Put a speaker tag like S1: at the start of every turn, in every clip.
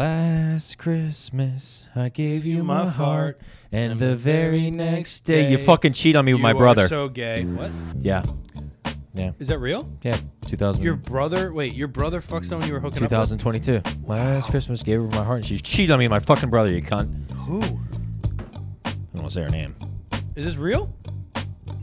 S1: Last Christmas, I gave you
S2: You
S1: my
S2: my
S1: heart,
S2: heart,
S1: and
S2: and
S1: the
S2: the
S1: very
S2: very
S1: next
S2: next
S1: day you
S2: day
S1: fucking cheat on me with
S2: You
S1: my
S2: are
S1: brother.
S2: so gay. What?
S1: yeah, yeah,
S2: Is that real?
S1: yeah. 2000,
S2: Your brother? Wait, your brother fucked someone you were hooking up
S1: 2022. Last Christmas, gave her my heart, and she cheated on me, with my fucking brother. You cunt.
S2: with? Who?
S1: I don't want to say her name.
S2: Is this real?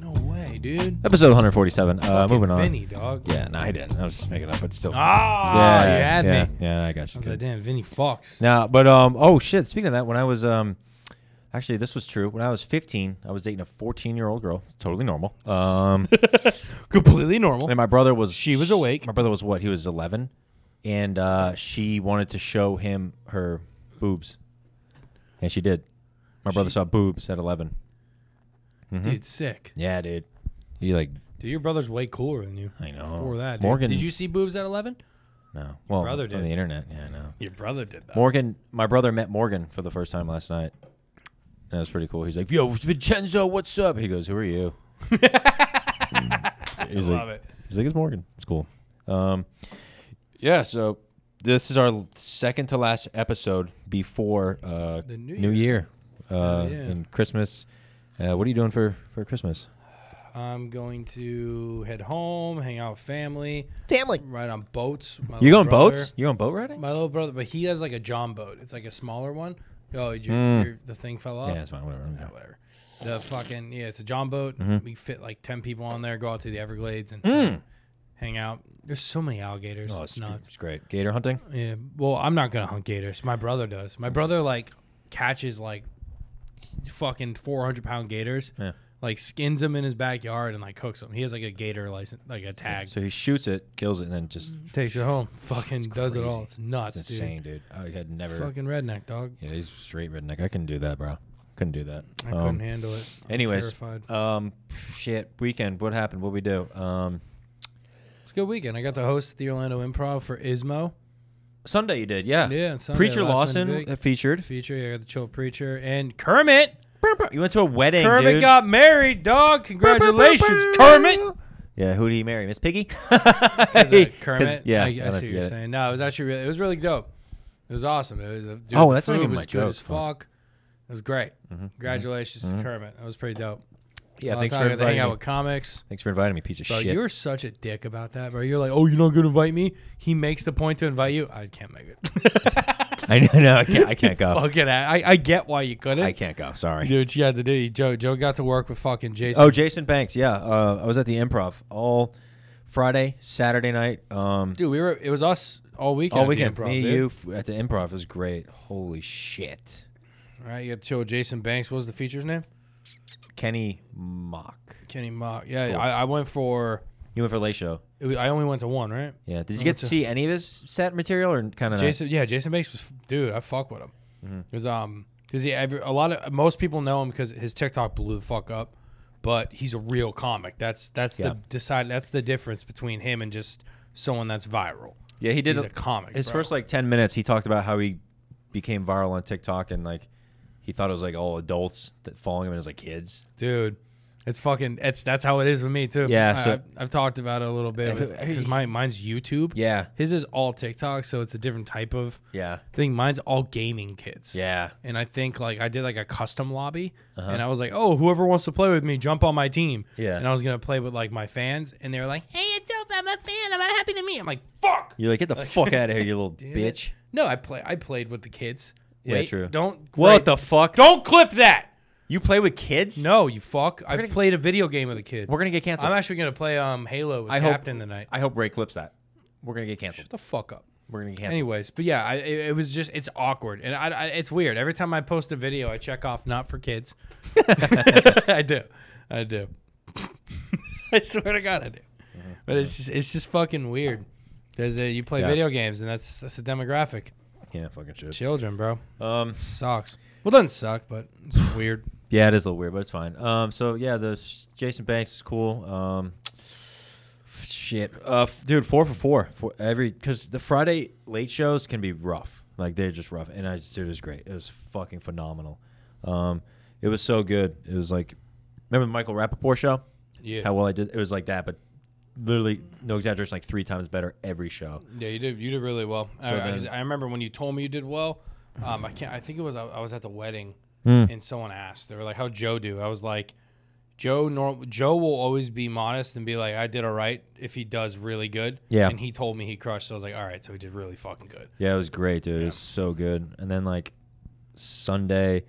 S2: No way, dude.
S1: Episode 147. Uh,
S2: Fucking
S1: moving on.
S2: Vinny, dog.
S1: Yeah, no, I didn't. I was just making up, but still.
S2: Ah, you had
S1: yeah,
S2: me.
S1: Yeah, I got you.
S2: I was
S1: good.
S2: like, damn, Vinny Fox.
S1: Now, but um, oh shit. Speaking of that, when I was um, actually this was true. When I was 15, I was dating a 14 year old girl. Totally normal. Um,
S2: Completely normal.
S1: and my brother was
S2: She was awake.
S1: My brother was what? He was 11, and uh, she wanted to show him her boobs, and she did. My brother saw boobs at 11. Mm-hmm.
S2: Dude, sick.
S1: Yeah, dude. He like
S2: Dude, your brother's way cooler than you.
S1: I know.
S2: For that, dude.
S1: Oh, Morgan.
S2: Did you see boobs at 11?
S1: No. Well,
S2: brother
S1: on
S2: did. Uh,
S1: the internet. Yeah, I know.
S2: Your brother did that.
S1: Morgan, my brother met Morgan for the first time last night. That was pretty cool. He's like, "Yo, Vincenzo, what's up?" He goes, "Who are you?" he's like,
S2: Love it.
S1: He's like, "It's Morgan. It's cool." Um, yeah. So this is our second to last episode before uh,
S2: The New
S1: Year, uh,
S2: yeah.
S1: and Christmas. Uh, what are you doing for for Christmas?
S2: I'm going to head home, hang out with family,
S1: Family.
S2: ride on boats. My
S1: You
S2: little
S1: going
S2: brother-
S1: boats? You going boat riding?
S2: My little brother, but he has like a John boat. It's like a smaller one. Oh, did you, your- the thing fell off?
S1: Hmm. Yeah, that's fine. Whatever. I'm
S2: Yeah,
S1: good.
S2: whatever. The fucking, yeah, it's a John boat.
S1: Mm-hmm.
S2: We fit like 10 people on there, go out to the Everglades and hang out. There's so many alligators.
S1: Hmm. Oh,
S2: it's
S1: it's,
S2: nuts.
S1: it's great. Gator hunting.
S2: Yeah. Well, I'm not gonna hunt gators. My brother does. My brother like catches like fucking 400 pound gators.
S1: Yeah.
S2: Like skins them in his backyard and like cooks them. He has like a gator license, like a tag.
S1: So he shoots it, kills it, and then just
S2: Takes it home. Fucking does it all.
S1: crazy.
S2: It's Mm-hmm. nuts,
S1: It's insane, dude. I had never.
S2: dude. Fucking redneck dog.
S1: Yeah, he's straight redneck. I couldn't do that, bro. Couldn't do that.
S2: I
S1: Um,
S2: couldn't handle it. I'm
S1: anyways,
S2: terrified.
S1: um, shit. Weekend. What happened? What we do? Um,
S2: it's a good weekend. I got to host the Orlando Improv for Ismo.
S1: Sunday you did, yeah.
S2: Yeah, and Sunday,
S1: Preacher
S2: last
S1: Lawson
S2: minute big.
S1: uh, featured.
S2: Feature. Yeah, I got the chill preacher and Kermit.
S1: You went to a wedding,
S2: Kermit
S1: dude.
S2: got married, dog. Congratulations, Kermit.
S1: Yeah, who did he marry? Miss Piggy.
S2: As a
S1: 'Cause-
S2: Kermit.
S1: Yeah. I
S2: I, I
S1: don't know if
S2: see
S1: you
S2: what you're
S1: get it.
S2: saying. No, it was actually really, it was really dope. It was awesome. It was, dude,
S1: Oh,
S2: the
S1: that's not
S2: food
S1: even
S2: was
S1: my
S2: good
S1: joke,
S2: as
S1: fuck.
S2: fuck. It was great. Congratulations to Kermit. That was pretty dope.
S1: Mm-hmm. Yeah.
S2: All the
S1: Thanks for
S2: time I got to hang
S1: inviting
S2: out
S1: me.
S2: with comics.
S1: Thanks for inviting me, piece of
S2: Bro,
S1: shit.
S2: you were such a dick about that, bro. You're like, oh, you're not gonna invite me. He makes the point to invite you. I can't make it.
S1: I know. No, I can't. I can't go.
S2: Fucking, I, I get why you couldn't.
S1: Uh, I can't go. Sorry.
S2: You did what you had to do. Joe, Joe got to work with fucking Jason.
S1: Oh, Jason Banks. Yeah, uh, I was at the Improv all Friday, Saturday night. Um,
S2: dude, we were. It was us all weekend.
S1: all
S2: at the
S1: weekend.
S2: improv,
S1: Me,
S2: dude.
S1: you f- at the Improv It was great. Holy shit,
S2: All right, you got to chill with Jason Banks. What was the feature's name?
S1: Kenny Mock.
S2: Kenny Mock. Yeah,
S1: cool.
S2: I, I went for.
S1: You went for late show.
S2: It was, I only went to one, right?
S1: Yeah. Did you
S2: I
S1: get
S2: went
S1: to
S2: to-
S1: see any of his set material or kind of?
S2: Jason, yeah, Jason Banks was dude. I fuck with him
S1: Mm-hmm.
S2: because um because he every, a lot of most people know him because his TikTok blew the fuck up, but he's a real comic. That's that's
S1: Yeah.
S2: the decide. That's the difference between him and just someone that's viral.
S1: Yeah, he did.
S2: He's a comic.
S1: his
S2: bro.
S1: first like ten minutes, he talked about how he became viral on TikTok and like he thought it was like all adults that following him and it was like kids.
S2: dude. It's fucking. It's that's how it is with me too.
S1: Yeah,
S2: I,
S1: so-
S2: have I've talked about it a little bit because my mine's YouTube.
S1: Yeah.
S2: his is all TikTok, so it's a different type of
S1: Yeah.
S2: thing. Mine's all gaming kids.
S1: Yeah.
S2: and I think like I did like a custom lobby, and I was like, oh, whoever wants to play with me, jump on my team.
S1: Uh-huh. Yeah.
S2: and I was gonna play with like my fans, and they were like, hey, it's up, I'm a fan, I'm happy to meet. I'm like, fuck.
S1: You're like, get the fuck out of here, you little bitch.
S2: No, I play. I played with the kids.
S1: Yeah,
S2: Wait,
S1: true.
S2: Don't
S1: What
S2: great-
S1: the fuck?
S2: Don't clip that.
S1: You play with kids?
S2: No, you fuck. I've played a video game with a kid.
S1: We're gonna get canceled.
S2: I'm actually gonna play um Halo with
S1: I hope-
S2: Captain tonight.
S1: I hope Ray clips that. We're gonna get canceled.
S2: Shut the fuck up.
S1: We're gonna get canceled.
S2: Anyways, but yeah, I, it, it was just it's awkward and I, I it's weird. Every time I post a video, I check off not for kids. I do, I do. I swear to God, I do. But it's just it's just fucking weird. There's a, you play
S1: Yeah.
S2: video games and that's that's a demographic.
S1: Yeah, fucking shit.
S2: Children, bro,
S1: Um,
S2: sucks. Well, it doesn't suck, but it's weird.
S1: yeah, it is a little weird, but it's fine. Um, so yeah, the s- Jason Banks is cool. Um, shit, uh, f- dude, four for four for every because the Friday late shows can be rough. Like they're just rough, and I just, dude, it was great. It was fucking phenomenal. Um, it was so good. It was like, remember the Michael Rappaport show?
S2: Yeah.
S1: How well I did. It was like that, but literally no exaggeration, like three times better every show.
S2: Yeah, you did. You did really well. I,
S1: So
S2: I-
S1: then-
S2: I remember when you told me you did well. Um, I can't. I think it was I, I was at the wedding,
S1: Hmm.
S2: and someone asked. They were like, "How Joe do?" I was like, "Joe, norm, Joe will always be modest and be like, I did all right if he does really good."
S1: Yeah.
S2: And he told me he crushed. So I was like, "All right, so he did really fucking good."
S1: Yeah, it was great, dude. It was so good. And then like Sunday,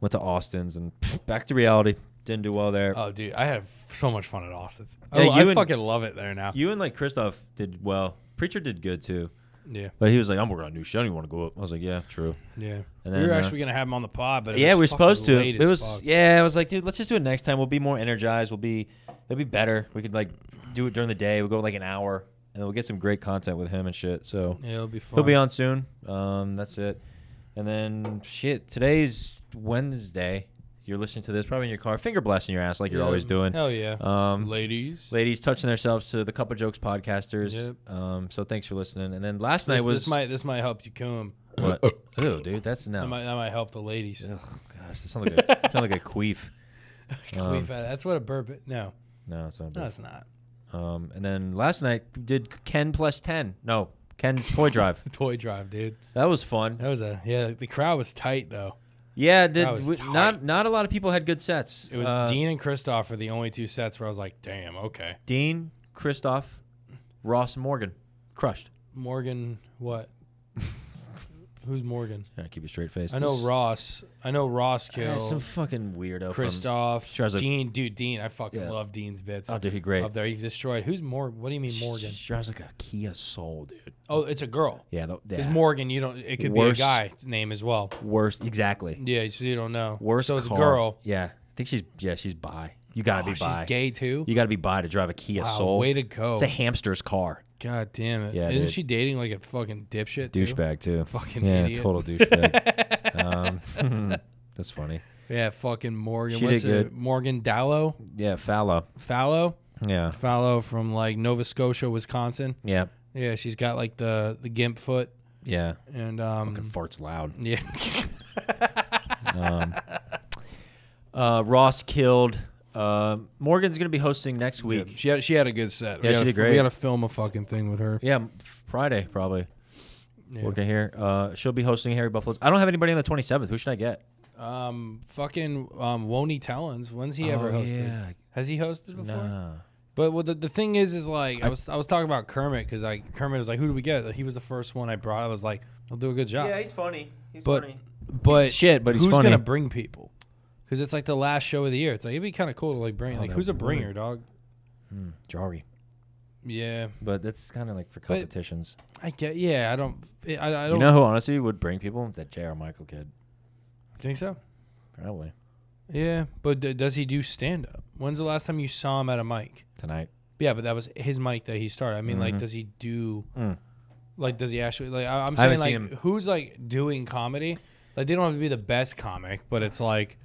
S1: went to Austin's and back to reality. Didn't do well there.
S2: Oh, dude, I had so much fun at Austin's.
S1: Yeah,
S2: I, I
S1: you and-
S2: fucking love it there now.
S1: you and like Christoph did well. Preacher did good too,
S2: yeah,
S1: but he was like, "I'm working on a new show. I don't want to go up." I was like, "Yeah, true."
S2: yeah.
S1: And
S2: we
S1: then,
S2: were
S1: uh,
S2: actually gonna have him on the pod, but it
S1: yeah,
S2: was
S1: we were
S2: fucking
S1: supposed to.
S2: late
S1: It
S2: as
S1: was
S2: fuck.
S1: yeah. I was like, dude, let's just do it next time. We'll be more energized. We'll be it'll be better. We could like do it during the day. We'll go like an hour, and we'll get some great content with him and shit. So
S2: Yeah, it'll be fun.
S1: he'll be on soon. Um, that's it. And then shit, today's Wednesday. You're listening to this probably in your car, finger blasting your ass like you're
S2: Yeah.
S1: always doing.
S2: Hell yeah,
S1: Um,
S2: ladies.
S1: ladies touching themselves to the Cup of Jokes podcasters.
S2: Yep.
S1: Um, so thanks for listening. And then last
S2: This,
S1: night was
S2: this might this might help you come.
S1: what? Ew, dude, that's no.
S2: That might, that might help the ladies.
S1: Ugh, gosh, that sounds like a, that sounds like a queef. Um,
S2: We've had, that's what a burp. No,
S1: No, it's not.
S2: no,
S1: bad.
S2: it's not.
S1: Um, and then last night we did Ken plus ten. No, Ken's toy drive.
S2: Toy drive, dude.
S1: That was fun.
S2: That was a yeah. The crowd was tight though.
S1: Yeah, did
S2: That was
S1: we-
S2: tight.
S1: not not a lot of people had good sets.
S2: It was
S1: Uh,
S2: Dean and Kristoff were the only two sets where I was like, damn, okay.
S1: Dean, Christoph, Ross, and Morgan crushed.
S2: Morgan, what? Who's Morgan?
S1: Trying to keep a straight face.
S2: I know
S1: This-
S2: Ross. I know Ross
S1: Yeah, some
S2: killed
S1: fucking weirdo. from-
S2: Kristoff.
S1: tries to-
S2: Dean, dude, Dean. I fucking
S1: Yeah.
S2: love Dean's bits.
S1: oh, dude, he great.
S2: Up there, he's destroyed. Who's Morgan? What do you mean Morgan?
S1: She drives like a Kia Soul, dude.
S2: Oh, it's a girl.
S1: Yeah, th-
S2: Because
S1: yeah.
S2: Morgan, you don't. It could
S1: Worse.
S2: be a guy's name as well.
S1: worst. Exactly.
S2: Yeah, so you don't know.
S1: Worst.
S2: So it's a
S1: car.
S2: girl.
S1: Yeah, I think she's yeah she's bi. You gotta
S2: Oh,
S1: be bi.
S2: she's gay too.
S1: You gotta be bi to drive a Kia
S2: Wow,
S1: Soul.
S2: way to go.
S1: It's a hamster's car.
S2: God damn it.
S1: Yeah,
S2: Isn't
S1: dude.
S2: she dating like a fucking dipshit? too?
S1: douchebag too.
S2: Fucking
S1: yeah,
S2: idiot.
S1: total douchebag. um, that's funny.
S2: Yeah, fucking Morgan.
S1: She
S2: What's
S1: did
S2: it?
S1: good.
S2: Morgan Dallow?
S1: Yeah, fallow.
S2: Fallow?
S1: Yeah,
S2: Fallow from like Nova Scotia, Wisconsin.
S1: yeah,
S2: Yeah, she's got like the the gimp foot
S1: yeah.
S2: and um
S1: Fucking farts loud.
S2: yeah.
S1: Uh, Ross killed. Uh, Morgan's gonna be hosting next week.
S2: she had she had a good
S1: Yeah,
S2: set. we
S1: she
S2: gotta,
S1: did
S2: We
S1: great.
S2: got to film a fucking thing with her.
S1: Yeah, m- Friday probably.
S2: Yeah.
S1: Working here. Uh, she'll be hosting Harry Buffalo's. I don't have anybody on the 27th. Who should I get?
S2: Um fucking um Woney Talons. When's he ever
S1: Oh,
S2: hosted?
S1: yeah.
S2: Has he hosted before?
S1: Nah.
S2: But well, the, the thing is, is like I was I was talking about Kermit because like Kermit was like, who do we get? Like, he was the first one I brought. I was like, he'll do a good job.
S1: he's funny. He's
S2: But- funny. but
S1: shit, but he's
S2: who's
S1: funny.
S2: gonna bring people? Because it's like the last show of the year. It's like it'd be kind of cool to like bring
S1: Oh,
S2: like
S1: that
S2: who's a
S1: would.
S2: bringer, dog?
S1: Jari.
S2: Yeah,
S1: But that's kind of like for competitions.
S2: I get. Yeah, I don't. I, I I
S1: you
S2: don't
S1: know who honestly would bring people? That J.R. Michael kid.
S2: think so.
S1: Probably.
S2: Yeah, but d- does he do stand up? When's the last time you saw him at a mic?
S1: Tonight.
S2: Yeah, but that was his mic that he started. I mean, like, does he do?
S1: Mm-hmm. Mm.
S2: Like, does he actually? Like, I- I'm
S1: I haven't
S2: saying,
S1: seen
S2: like,
S1: him.
S2: who's like doing comedy? Like, they don't have to be the best comic, but it's like,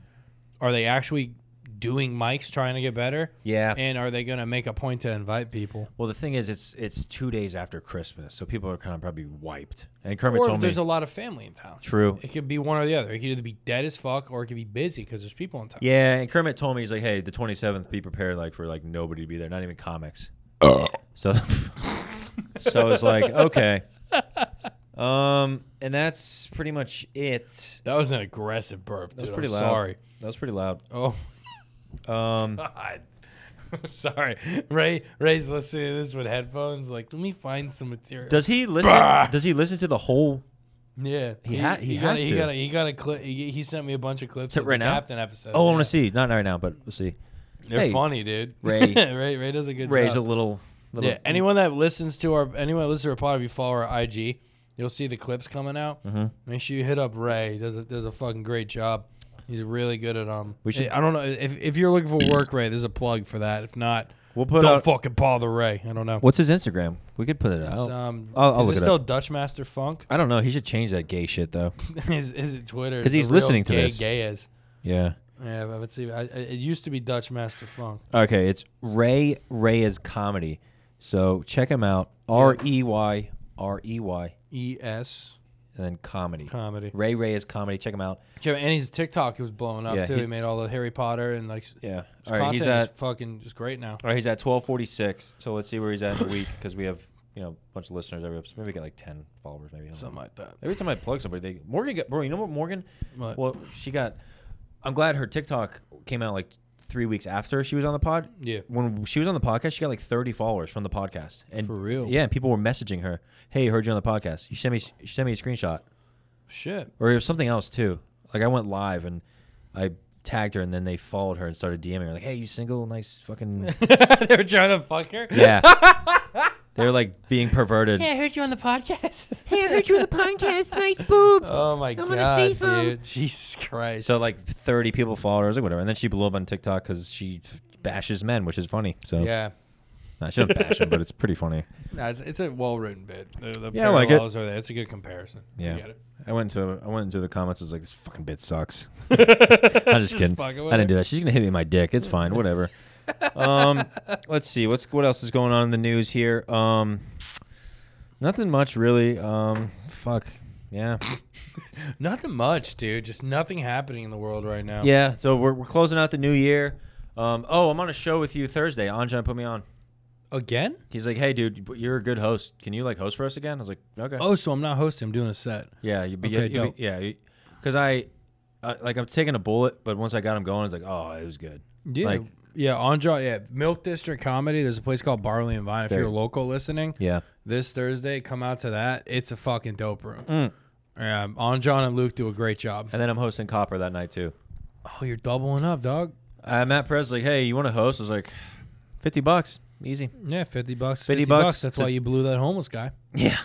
S2: are they actually doing mics trying to get better?
S1: Yeah.
S2: And are they gonna make a point to invite people?
S1: Well, the thing is, it's it's two days after Christmas, so people are kind of probably wiped. And Kermit
S2: or
S1: told me
S2: there's a lot of family in town.
S1: true.
S2: It could be one or the other. It could either be dead as fuck or it could be busy because there's people in town.
S1: Yeah, and Kermit told me he's like, hey, the 27th, be prepared like for like nobody to be there, not even comics. so, so it's like okay. Um, and that's pretty much it.
S2: That was an aggressive burp. Dude.
S1: That was pretty
S2: I'm
S1: loud.
S2: Sorry.
S1: That was pretty loud.
S2: Oh
S1: Um,
S2: God. I'm sorry. Ray Ray's listening to this with headphones. Like, let me find some material.
S1: does he listen? Does he listen to the whole?
S2: yeah,
S1: He ha- he
S2: got,
S1: has
S2: he
S1: to.
S2: Got a, he got a clip. He, he sent me a bunch of clips
S1: So
S2: of
S1: right
S2: the
S1: now?
S2: Captain episodes.
S1: Oh, I want
S2: yeah.
S1: to see. Not right now, but we'll see.
S2: They're
S1: Hey.
S2: funny, dude.
S1: Ray.
S2: Ray Ray does a good
S1: Raise a
S2: job.
S1: little. little
S2: uh, Yeah. Anyone that listens to our anyone that listens to our pod, if you follow our IG, you'll see the clips coming out.
S1: Mm-hmm.
S2: Make sure you hit up Ray. He does a, does a fucking great job. He's really good at um.
S1: We should-
S2: I don't know if, if you're looking for work, Ray. There's a plug for that. If not,
S1: We'll put
S2: don't
S1: out-
S2: fucking bother Ray. I don't know.
S1: What's his Instagram? We could put it
S2: It's,
S1: out.
S2: um,
S1: I'll- I'll
S2: is
S1: look
S2: it
S1: it
S2: still Dutch Master Funk?
S1: I don't know. He should change that gay shit though.
S2: is, is it Twitter?
S1: 'Cause
S2: The
S1: he's
S2: real
S1: listening to
S2: gay,
S1: this.
S2: Gay is.
S1: Yeah.
S2: Yeah, but let's see. I, I- it used to be Dutch Master Funk.
S1: Okay, it's Ray Reyes comedy. So check him out. R E Y R E Y
S2: E S
S1: and then comedy.
S2: Comedy.
S1: Ray Ray is comedy. Check him out.
S2: Jim, and his TikTok was blowing up
S1: Yeah,
S2: too.
S1: he's-
S2: He made all the Harry Potter and like his
S1: Yeah. All right.
S2: content
S1: He's
S2: is
S1: at.
S2: fucking just great now.
S1: All right. He's at twelve forty six. So let's see where he's at in a week because we have you know a bunch of listeners every episode. Maybe we get like ten followers. Maybe I don't know.
S2: Something like that.
S1: every time I plug somebody, they Morgan. Got, bro, you know what Morgan?
S2: What?
S1: Well, she got. I'm glad her TikTok came out like three weeks after she was on the pod.
S2: Yeah.
S1: When she was on the podcast, she got like 30 followers from the podcast. And
S2: For real?
S1: Yeah, and people were messaging her, "Hey, heard you on the podcast. You sent me, you sent me a screenshot,
S2: Shit.
S1: or it was something else too. Like I went live and I tagged her, and then they followed her and started DMing her, like, "Hey, you single? Nice fucking
S2: they were trying to fuck her.
S1: yeah." They're like being perverted.
S2: I heard you on the podcast.
S3: Hey, I heard you on the podcast. Nice boobs.
S2: oh my
S3: gonna
S2: god,
S3: face 'em.
S2: dude! Jesus Christ.
S1: So like 30 people followed her, I was like whatever. And then she blew up on TikTok because she bashes men, which is funny. So
S2: yeah,
S1: Nah, she doesn't bash them, but it's pretty funny.
S2: no, it's, it's a well written bit. The, the
S1: Yeah, I like it.
S2: parallels are there. It's a good comparison. I
S1: Yeah.
S2: get it.
S1: I went into I went into the comments. I was like, "This fucking bit sucks." I'm just,
S2: Just
S1: kidding. I
S2: fucking with her.
S1: didn't do that. She's gonna hit me in my dick. It's fine. Whatever. um, let's see what's what else is going on in the news here. Um, nothing much really. Um, fuck. Yeah.
S2: Nothing much, dude. Just nothing happening in the world right now.
S1: Yeah. So we're we're closing out the new year. Um, oh, I'm on a show with you Thursday. Anjan put me on.
S2: Again?
S1: He's like, "Hey, dude, you're a good host. Can you like host for us again?" I was like, "Okay."
S2: Oh, so I'm not hosting. I'm doing a set.
S1: Yeah, you be,
S2: Okay,
S1: you
S2: dope.
S1: be yeah, because I, I like I'm taking a bullet, but once I got him going, it's like oh, it was good.
S2: Yeah.
S1: Like-
S2: yeah, Andre, yeah, Milk District Comedy. There's a place called Barley and Vine. If
S1: There-
S2: you're local listening,
S1: Yeah,
S2: this Thursday, come out to that. It's a fucking dope room. Yeah, Anjan and Luke do a great job.
S1: and then I'm hosting Copper that night too.
S2: Oh, you're doubling up, dog.
S1: Uh, Matt Perez like, hey, you want to host? I was like, fifty bucks, easy.
S2: Yeah, fifty bucks.
S1: 50
S2: Fifty,
S1: bucks
S2: bucks. That's
S1: to-
S2: why you blew that homeless guy.
S1: Yeah,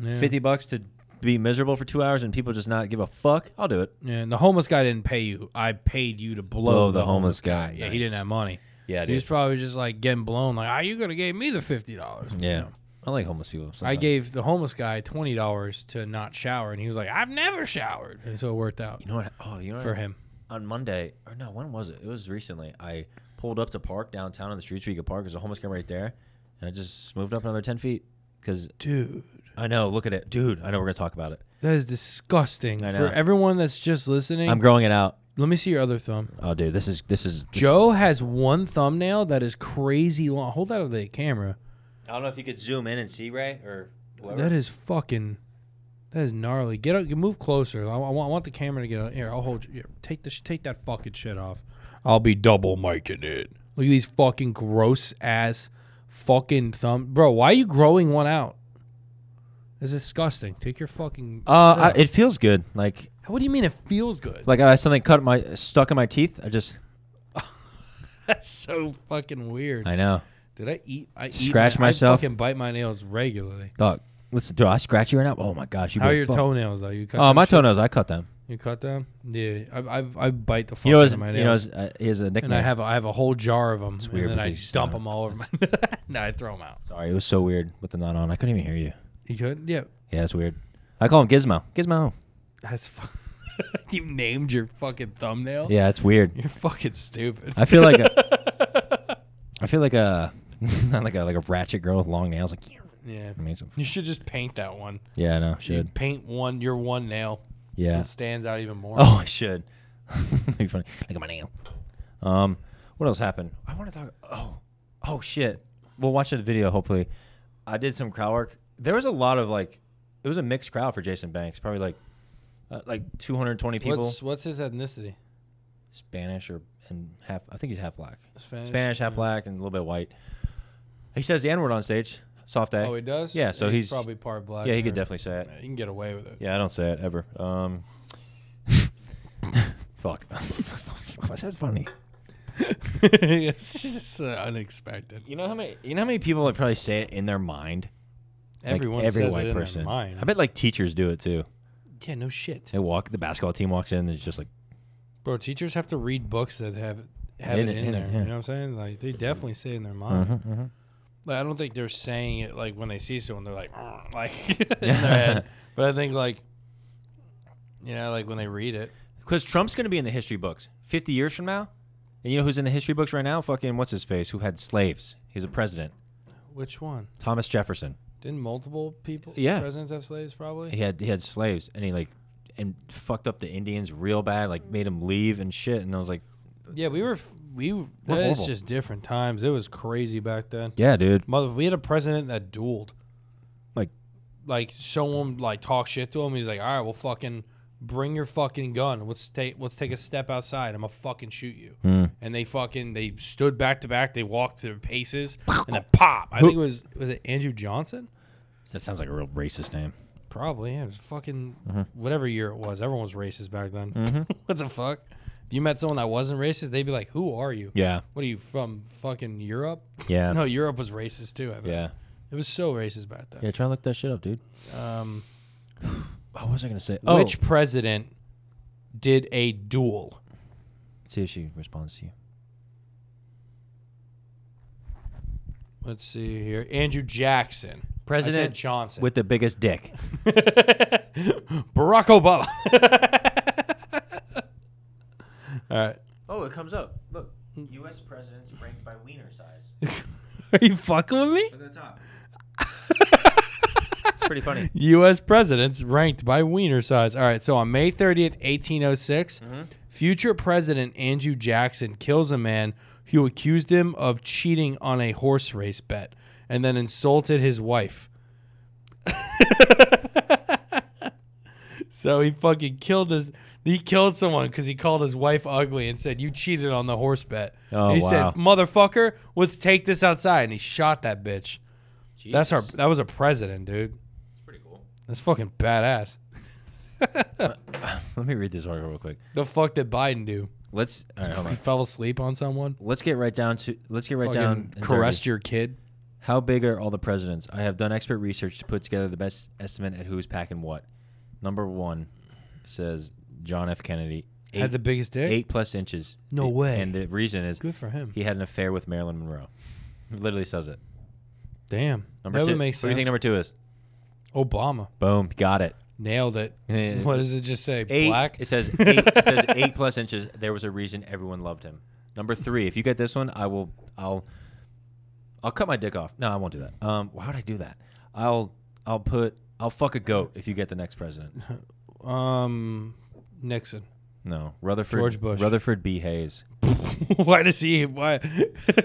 S2: Yeah.
S1: fifty bucks to be miserable for two hours and people just not give a fuck. I'll do it.
S2: Yeah, and the homeless guy didn't pay you. I paid you to blow,
S1: Blow
S2: the, homeless, guy. Yeah, he
S1: Nice.
S2: didn't have money.
S1: Yeah,
S2: He was probably just like getting blown. Like, are you gonna give me the fifty dollars?
S1: Yeah, I like homeless people.
S2: I
S1: sometimes.
S2: gave the homeless guy twenty dollars to not shower, and he was like, "I've never showered," and so it worked out
S1: You know what? Oh, you know what?
S2: for him.
S1: on Monday, or no, when was it? It was recently. I pulled up to park downtown on the streets where you could park. There's a homeless guy right there, and I just moved up another ten feet because
S2: Dude,
S1: I know. Look at it, dude. I know we're gonna talk about it.
S2: that is disgusting.
S1: I
S2: For
S1: know.
S2: everyone that's just listening,
S1: I'm growing it out.
S2: let me see your other thumb.
S1: Oh, dude, this is this is this-
S2: Joe has one thumbnail that is crazy long. Hold out of the camera.
S1: I don't know if you could zoom in and see Ray or whoever.
S2: That is fucking. That is gnarly. Get up. Move closer. I, I want, I want the camera to get out. Here, I'll hold you. Here, take the sh- take that fucking shit off. I'll be double micing it. Look at these fucking gross ass fucking thumb, bro. Why are you growing one out? It's disgusting. Take your fucking.
S1: uh, I,
S2: shit
S1: it feels good. Like
S2: off. what do you mean? It feels good.
S1: like I something cut my stuck in my teeth. I just
S2: That's so fucking weird.
S1: I know.
S2: Did I eat? I eat
S1: Scratch
S2: my-
S1: myself?
S2: I fucking bite my nails regularly.
S1: Dog, listen, do I scratch you right now? Oh my gosh, you.
S2: How are
S1: big
S2: your
S1: fuck.
S2: toenails though? You cut
S1: Oh,
S2: them
S1: my
S2: shit-
S1: toenails. I cut them.
S2: You cut them? Yeah. I I, I bite the fuck
S1: You know,
S2: out
S1: his,
S2: of
S1: you
S2: my nails.
S1: know, his, uh, his uh, nickname.
S2: and I have I have a whole jar of them, and
S1: weird
S2: then I
S1: because you
S2: dump
S1: sound-
S2: them all over. my No, I throw them out.
S1: Sorry, it was so weird with them not on. I couldn't even hear you.
S2: You could? Yeah,
S1: Yeah, it's weird. I call him Gizmo. Gizmo.
S2: that's. Fu- you named your fucking thumbnail.
S1: Yeah, it's weird.
S2: You're fucking stupid.
S1: I feel like a, I feel like a not like a like a ratchet girl with long nails. Like
S2: yeah.
S1: I mean, some,
S2: You should just paint that one.
S1: yeah, I know.
S2: You
S1: Should
S2: paint one your one nail.
S1: yeah.
S2: So it stands out even more.
S1: oh, I should. Be funny. Look at my nail. Um, what else happened? I want to talk. Oh, oh shit. We'll watch the video. Hopefully, I did some crowd work. There was a lot of like, it was a mixed crowd for Jason Banks. Probably like, uh, like 220 people.
S2: What's what's his ethnicity?
S1: Spanish or and half. I think he's half black.
S2: Spanish.
S1: Spanish, half black, and a little bit white. He says the N word on stage. Soft A.
S2: Oh, he does.
S1: Yeah, so he's-
S2: probably part black.
S1: yeah, he could
S2: or-
S1: definitely say it.
S2: Yeah, You can get away with it.
S1: Yeah, I don't say it ever. Um, fuck. Was that funny?
S2: it's just uh, unexpected.
S1: You know how many? You know how many people like probably say it in their mind. Like,
S2: Everyone
S1: every
S2: says
S1: white
S2: it in
S1: person.
S2: their mind.
S1: I bet like teachers do it too.
S2: Yeah, no shit.
S1: They walk. The basketball team walks in. and It's just like
S2: Bro, teachers have to read books that have have
S1: In
S2: it,
S1: it,
S2: in,
S1: in it,
S2: there.
S1: yeah. Mm-hmm.
S2: You know what I'm saying? Like they definitely say it in their mind. Like, I don't think they're saying it like when they see someone, they're like "Arr," like in their head. But I think like you know, like when they read it.
S1: because Trump's going to be in the history books 50 years from now. And you know who's in the history books right now? Fucking what's his face? Who had slaves? He's a president.
S2: Which one?
S1: Thomas Jefferson.
S2: Didn't multiple people,
S1: Yeah.
S2: presidents have slaves? Probably.
S1: He had he had slaves, and he like and fucked up the Indians real bad, like made them leave and shit. And I was like,
S2: Yeah, we were f- we. It's
S1: horrible.
S2: just different times. It was crazy back then.
S1: yeah, dude,
S2: Mother, we had a president that dueled.
S1: Like-
S2: like show him, like talk shit to him. He's like, all right, well, fucking bring your fucking gun. Let's take let's take a step outside. I'm gonna fucking shoot you.
S1: Hmm.
S2: And they fucking they stood back to back. They walked their paces and then pop. I think it was was it Andrew Johnson?
S1: that sounds like a real racist name.
S2: Probably. Yeah, it was fucking
S1: Mm-hmm.
S2: whatever year it was. Everyone was racist back then. what the fuck? If you met someone that wasn't racist, they'd be like, "Who are you?
S1: Yeah,
S2: What are you from? Fucking Europe?
S1: yeah,
S2: No, Europe was racist too. I bet.
S1: yeah,
S2: It was so racist back then.
S1: yeah. Try and look that shit up, dude.
S2: Um,
S1: What was I gonna say? Oh,
S2: Which president did a duel?
S1: see if she responds to you.
S2: Let's see here. Andrew Jackson. I said
S1: President
S2: Johnson.
S1: With the biggest dick.
S2: Barack Obama. All right.
S1: Oh, it comes up. Look, U.S. presidents ranked by wiener size
S2: Are you fucking with me?
S1: at the top. it's pretty funny.
S2: U.S. presidents ranked by wiener size. All right. So on May 30th, 1806,
S1: Mm-hmm.
S2: future president Andrew Jackson kills a man who accused him of cheating on a horse race bet and then insulted his wife. so he fucking killed his. He killed someone because he called his wife ugly and said, "You cheated on the horse bet."
S1: Oh,
S2: and he
S1: wow.
S2: said, "Motherfucker, let's take this outside," and he shot that bitch. That's our. That was a president, dude.
S1: pretty cool.
S2: That's fucking badass.
S1: Let me read this article real quick.
S2: The fuck did Biden do?
S1: Let's. All right, hold
S2: He
S1: on.
S2: fell asleep on someone.
S1: Let's get right down to. Let's get right
S2: Fucking
S1: down. and
S2: caressed
S1: dirty.
S2: your kid.
S1: How big are all the presidents? I have done expert research to put together the best estimate at who's packing what. Number one says John F. Kennedy. Eight,
S2: Had the biggest dick.
S1: eight plus inches.
S2: No
S1: And-
S2: way.
S1: And the reason is
S2: Good for him.
S1: he had an affair with Marilyn Monroe. Literally says it.
S2: Damn.
S1: Number
S2: that
S1: two.
S2: would make sense.
S1: What do you think number two is?
S2: Obama
S1: Boom. Got it.
S2: nailed it.
S1: Yeah.
S2: What does it just say?
S1: Eight.
S2: Black.
S1: It says eight, it says eight plus inches. There was a reason everyone loved him. Number three. If you get this one, I will. I'll. I'll cut my dick off. No, I won't do that. Um, why would I do that? I'll. I'll put. I'll fuck a goat if you get the next president.
S2: um, Nixon.
S1: No, Rutherford.
S2: George Bush.
S1: Rutherford B. Hayes.
S2: why does he? Why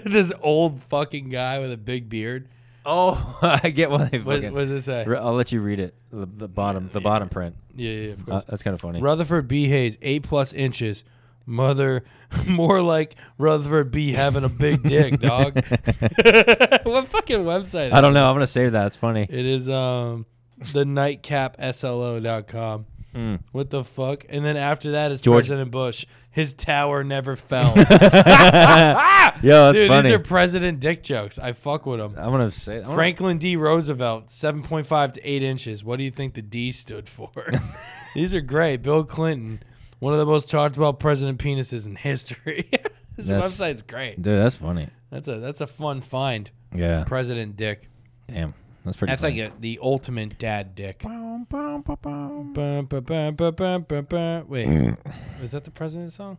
S2: this old fucking guy with a big beard?
S1: Oh, I get why they
S2: What,
S1: fucking.
S2: what does it say?
S1: Ru- I'll let you read it. The, the bottom. The bottom print.
S2: yeah, yeah, of
S1: Uh,
S2: course.
S1: that's kind of funny.
S2: Rutherford B. Hayes, eight plus inches. Mother, more like Rutherford B. having a big dick, dog. what fucking website?
S1: I don't know. I'm gonna save that. It's funny.
S2: It is um the nightcapslo.com.
S1: Mm.
S2: What the fuck? And then after that is
S1: George-
S2: President Bush. His tower never fell.
S1: Yo, that's
S2: Dude,
S1: funny.
S2: these are president dick jokes. I fuck with them.
S1: I'm gonna say. I'm Frank.
S2: Franklin D. Roosevelt, 7.5 to 8 inches. What do you think the D stood for? these are great. Bill Clinton, one of the most talked about president penises in history. this
S1: That's-
S2: website's great.
S1: Dude, that's funny.
S2: That's a that's a fun find.
S1: Yeah.
S2: President Dick.
S1: Damn. That's pretty.
S2: That's
S1: funny.
S2: like a, the ultimate dad dick.
S1: Mm-mm.
S2: Bum, ba, bum, ba, bum, ba, bum.
S1: Mm.
S2: Wait, was that the president's song?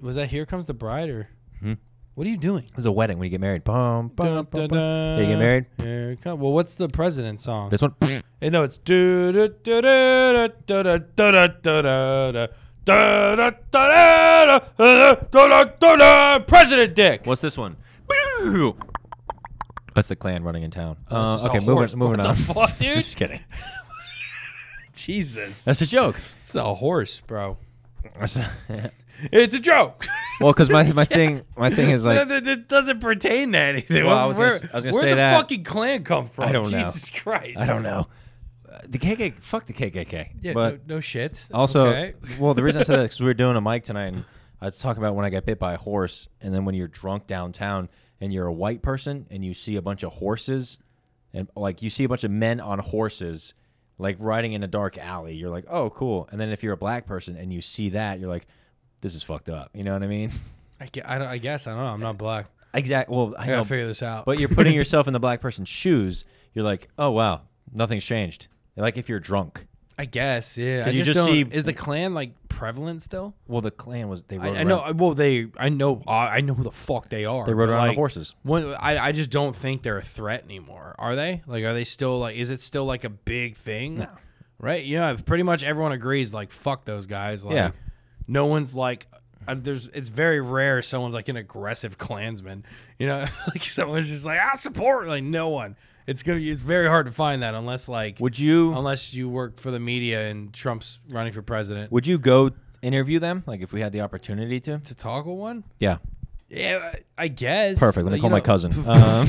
S2: Was that "Here Comes the Bride" or
S1: Hmm.
S2: what are you doing?
S1: It's a wedding when you get married. Bum, bum,
S2: Dun,
S1: bum,
S2: dun,
S1: bum.
S2: dun.
S1: They get married.
S2: Here come. Well, what's the president's song?
S1: This one.
S2: Hey, no, it's do do do do do do do do do President Dick.
S1: What's this one? That's the clan running in town.
S2: Oh,
S1: Uh,
S2: it's just
S1: okay,
S2: a horse.
S1: moving, moving
S2: What
S1: on.
S2: the fuck, dude?
S1: Just kidding.
S2: Jesus,
S1: That's a joke.
S2: it's a horse, bro.
S1: That's a-
S2: It's a joke.
S1: well, because my, my thing my thing is like
S2: it, it doesn't pertain to anything.
S1: Well, I was gonna
S2: Where-
S1: s- I was gonna
S2: where
S1: say
S2: the
S1: that.
S2: fucking clan come from?
S1: I don't know.
S2: Jesus Christ.
S1: I don't know. Uh, The KKK. Fuck the KKK.
S2: Yeah,
S1: but
S2: no, no shit.
S1: Also,
S2: Okay.
S1: well, the reason I said that is we were doing a mic tonight, and I was talking about when I got bit by a horse, and then when you're drunk downtown and you're a white person and you see a bunch of horses, and like you see a bunch of men on horses, like riding in a dark alley, you're like, oh, cool. And then if you're a black person and you see that, you're like, this is fucked up. You know what I mean?
S2: I, gue- I, don't, I guess I don't know. I'm not black.
S1: Exactly. Well, I
S2: I gotta
S1: know,
S2: figure this out.
S1: but you're putting yourself in the black person's shoes. You're like, oh wow, nothing's changed. Like if you're drunk.
S2: I guess, yeah. I
S1: Could you
S2: just,
S1: just
S2: don't-
S1: see-
S2: is the clan like prevalent still?
S1: Well, the clan was they
S2: I,
S1: rode
S2: I know.
S1: around-
S2: I- Well, they. I know. uh, I I know who the fuck they are.
S1: They rode
S2: but,
S1: around on
S2: like,
S1: horses.
S2: One, I, I just don't think they're a threat anymore. Are they? Like, are they still like? Is it still like a big thing?
S1: No.
S2: Right. You know, pretty much everyone agrees. Like, fuck those guys. Like,
S1: Yeah.
S2: No one's like. uh, there's. It's very rare someone's like an aggressive Klansman. You know, like someone's just like I support. Like no one. It's gonna. be- It's very hard to find that unless like.
S1: Would you
S2: Unless you work for the media and Trump's running for president.
S1: would you go interview them? Like if we had the opportunity to?
S2: To toggle one?
S1: Yeah.
S2: Yeah, I I guess.
S1: Perfect. Let me
S2: Uh, You
S1: call my
S2: know,
S1: cousin. um,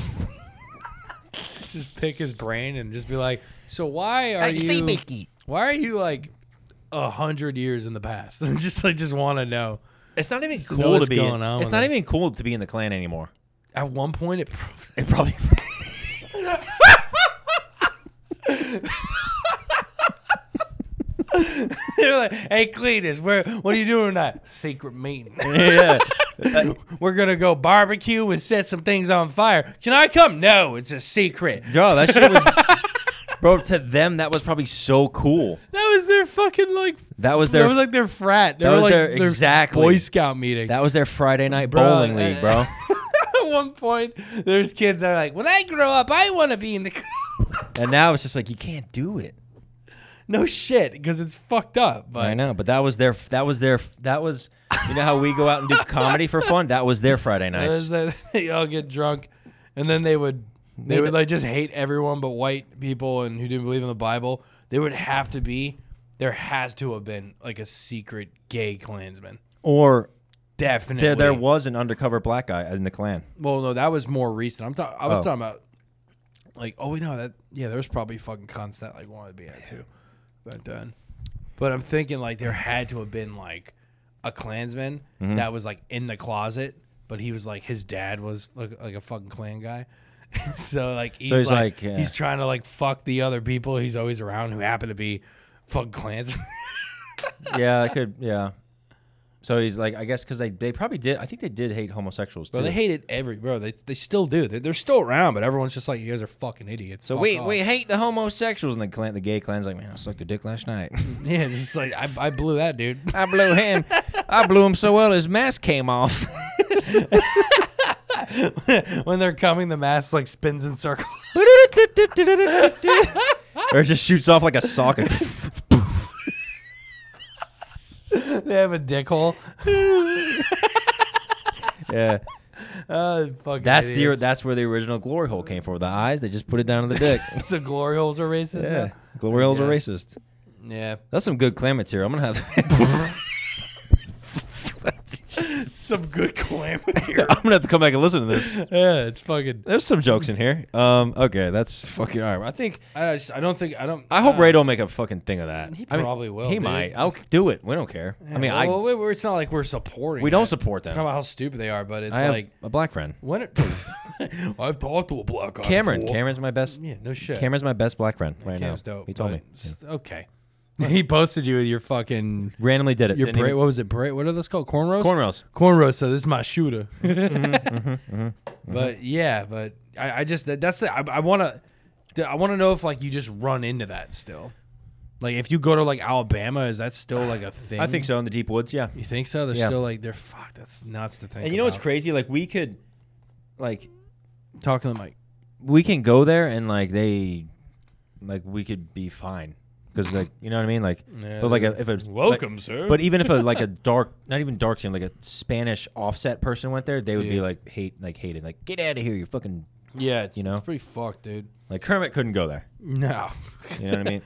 S2: Just pick his brain and just be like, so why are
S3: I say
S2: you?
S3: Mickey.
S2: Why are you like a hundred years in the past? just like just want to know.
S1: it's not even
S2: know
S1: cool to
S2: what's
S1: be.
S2: going on
S1: it's
S2: with
S1: not
S2: them.
S1: even cool to be in the clan anymore.
S2: At one point, it.
S1: It probably.
S2: They're like, "Hey, Cletus, where? What are you doing tonight? Secret meeting.
S1: yeah.
S2: We're gonna go barbecue and set some things on fire. Can I come? No, it's a secret.
S1: Bro, that shit was. Bro, to them that was probably so cool.
S2: That was their fucking like.
S1: That was
S2: That,
S1: their.
S2: was like their frat. They
S1: that
S2: were,
S1: was
S2: like,
S1: their- exactly.
S2: Boy Scout meeting.
S1: that was their Friday night
S2: Bro,
S1: bowling league,
S2: uh,
S1: bro.
S2: At one point, there's kids that are like, "When I grow up, I want to be in the."
S1: and now it's just like you can't do it.
S2: no shit, because it's fucked up. But
S1: I know, but that was their. That was their. That was. You know how we go out and do comedy for fun. That was their Friday
S2: It
S1: nights.
S2: was that they all get drunk, and then they would they would like just hate everyone but white people and who didn't believe in the Bible. They would have to be. There has to have been like a secret gay Klansman.
S1: Or
S2: Definitely.
S1: there, there was an undercover black guy in the clan.
S2: Well, no, that was more recent. I'm talking. I was
S1: Oh.
S2: talking about like, oh, we know that. Yeah, there was probably fucking cons that like wanted to be at too back then. But I'm thinking like there had to have been like a Klansman that was like in the closet, but he was like his dad was like, like a fucking Klan guy. so like he's,
S1: he's like,
S2: like,
S1: yeah.
S2: he's trying to like fuck the other people he's always around who happen to be fucking Klansmen.
S1: yeah, I could. Yeah. So he's like, I guess because they, they probably did. I think they did hate homosexuals too.
S2: bro, they hated every bro. They, they still do. They, they're still around, but everyone's just like you guys are fucking idiots.
S1: so
S2: Fuck
S1: we
S2: off."
S1: we hate the homosexuals and the clan. The gay clan's like, man, I sucked a dick last night.
S2: yeah, just like I, I blew that dude.
S1: I blew him. I blew him so well his mask came off.
S2: when they're coming, the mask like spins in circles.
S1: or it just shoots off like a socket.
S2: they have a dick hole.
S1: yeah.
S2: Uh, fucking
S1: That's the
S2: idiots.
S1: that's where the original glory hole came from. The eyes, they just put it down to the dick.
S2: so glory holes are racist.
S1: yeah.
S2: Yeah,
S1: Glory holes are
S2: Yes.
S1: racist.
S2: yeah.
S1: That's some good clan material. I'm gonna have
S2: Some good clam material.
S1: I'm gonna have to come back and listen to this.
S2: yeah, it's fucking.
S1: There's some jokes in here. Um, okay, that's fucking all right. I think
S2: I, just, I don't think I don't.
S1: I hope
S2: uh,
S1: Ray don't make a fucking thing of that.
S2: He
S1: I mean,
S2: probably will,
S1: He
S2: dude.
S1: might. I'll do it. We don't care. I mean, I
S2: well, we- we- it's not like we're supporting.
S1: we don't
S2: it.
S1: support
S2: We're talking
S1: them.
S2: about how stupid they are, but it's
S1: I have
S2: like
S1: a black friend,
S2: when it. I've talked to a black guy.
S1: Cameron.
S2: before.
S1: Cameron's my best.
S2: Yeah, no shit.
S1: Cameron's my best black friend right
S2: Cam's
S1: now.
S2: dope.
S1: he told me.
S2: but
S1: Yeah.
S2: s- Okay. He posted you with your fucking
S1: Randomly did it.
S2: Your
S1: Didn't
S2: bra-
S1: even-
S2: what was it? Bra- what are those called? Cornrows.
S1: cornrows.
S2: Cornrows. So this is my shooter.
S1: Mm-hmm,
S2: But yeah, but I, I just that, that's the I, I want to I want to know if like you just run into that still, like if you go to like Alabama, is that still like a thing?
S1: I think so. In the deep woods, yeah.
S2: You think so? They're
S1: Yeah.
S2: still like they're fucked. That's nuts to think.
S1: And you know what's
S2: about.
S1: crazy? Like we could, like
S2: Talking to the mic.
S1: we can go there and like they, like we could be fine because like you know what I mean. Like,
S2: Yeah,
S1: but like a, if a like-
S2: Welcome, sir.
S1: but even if a like a dark, not even dark scene, like a Spanish offset person went there, they would be
S2: Yeah.
S1: like hate, like hated, like get out of here, you fucking.
S2: yeah, it's
S1: you know?
S2: it's pretty fucked, dude.
S1: Like Kermit couldn't go there.
S2: No,
S1: You know what I mean?